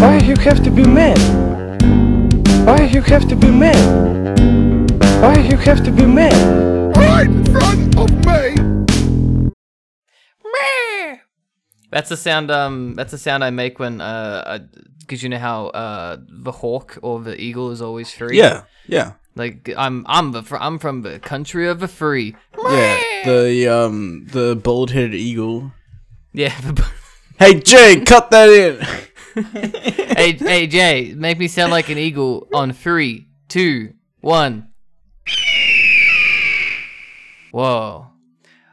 Why you have to be mad? Why you have to be mad? Why you have to be mad? Right in front of me! That's the sound. Um, that's the sound I make when uh, because you know how uh the hawk or the eagle is always free. Yeah, yeah, Like I'm I'm the fr- I'm from the country of the free. yeah. The um the bald headed eagle. Yeah. The, Hey Jay, cut that in. hey hey Jay, make me sound like an eagle on three, two, one. Whoa.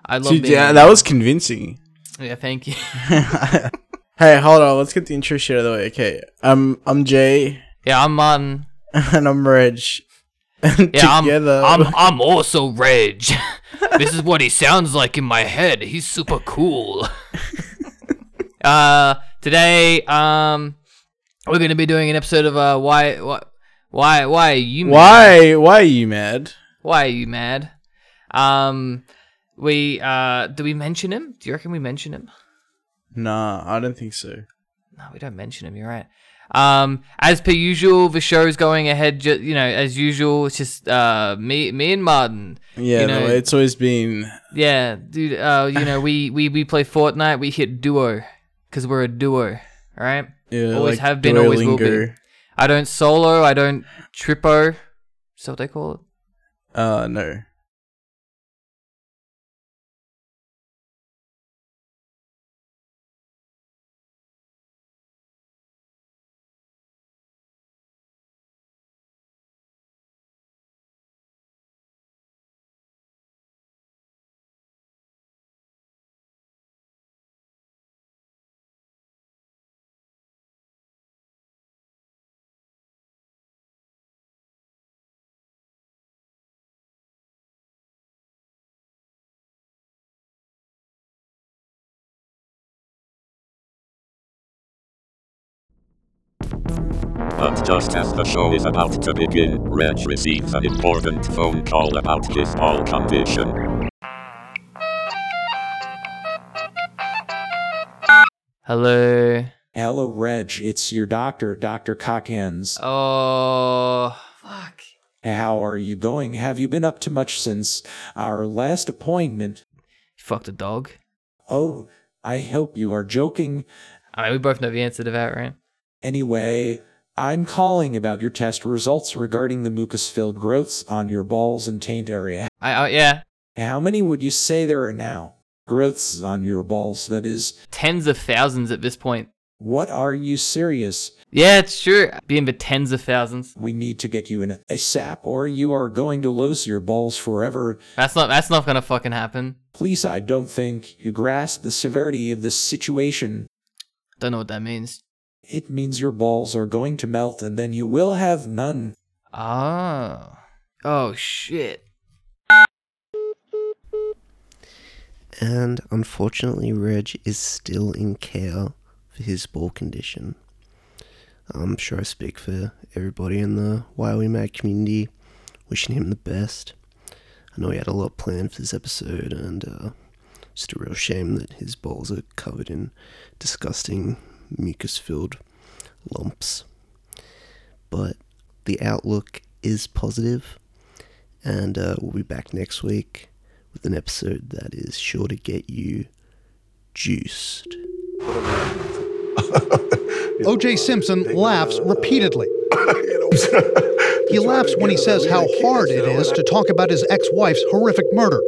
I love Dude, being yeah, an that eagle. was convincing. Yeah, thank you. hey, hold on. Let's get the intro shit out of the way. Okay, I'm I'm Jay Yeah, I'm Martin. and I'm Reg. And Yeah, I'm, together, I'm I'm also Reg. this is what he sounds like in my head. He's super cool. uh today um we're going to be doing an episode of uh why why why why are you mad? why why are you mad? why are you mad? Um we uh do we mention him? Do you reckon we mention him? Nah, I don't think so. No, we don't mention him. You're right. Um, as per usual, the show's going ahead. Ju- you know, as usual, it's just uh, me, me and Martin. Yeah, You know- no, it's always been Yeah, dude. Uh, you know, we we we play Fortnite. We hit duo because we're a duo. All right. yeah, Always like have been, always will Duolingo. I don't solo. I don't tripo. Is that what they call it? Uh, no. But just as the show is about to begin, Reg receives an important phone call about his ball condition. Hello. Hello, Reg. It's your doctor, Dr. Cockens. Oh, fuck. How are you going? Have you been up to much since our last appointment? You fucked a dog. Oh, I hope you are joking. I mean, we both know the answer to that, right? Anyway, I'm calling about your test results regarding the mucus filled growths on your balls and taint area. I, I yeah. How many would you say there are now? Growths on your balls, that is. Tens of thousands at this point. What are you serious? Yeah, it's true. Being the tens of thousands. We need to get you in a sap or you are going to lose your balls forever. That's not. That's not gonna fucking happen. Please, I don't think you grasp the severity of this situation. Don't know what that means. It means your balls are going to melt and then you will have none. Oh. Oh shit. and unfortunately, Reg is still in care for his ball condition. I'm sure I speak for everybody in the Why Are We Mad community, wishing him the best. I know he had a lot planned for this episode, and uh, just a real shame that his balls are covered in disgusting mucus filled lumps. But the outlook is positive, and uh, we'll be back next week with an episode that is sure to get you juiced. OJ Simpson laughs repeatedly. He laughs when he says how hard it is to talk about his ex wife's horrific murder.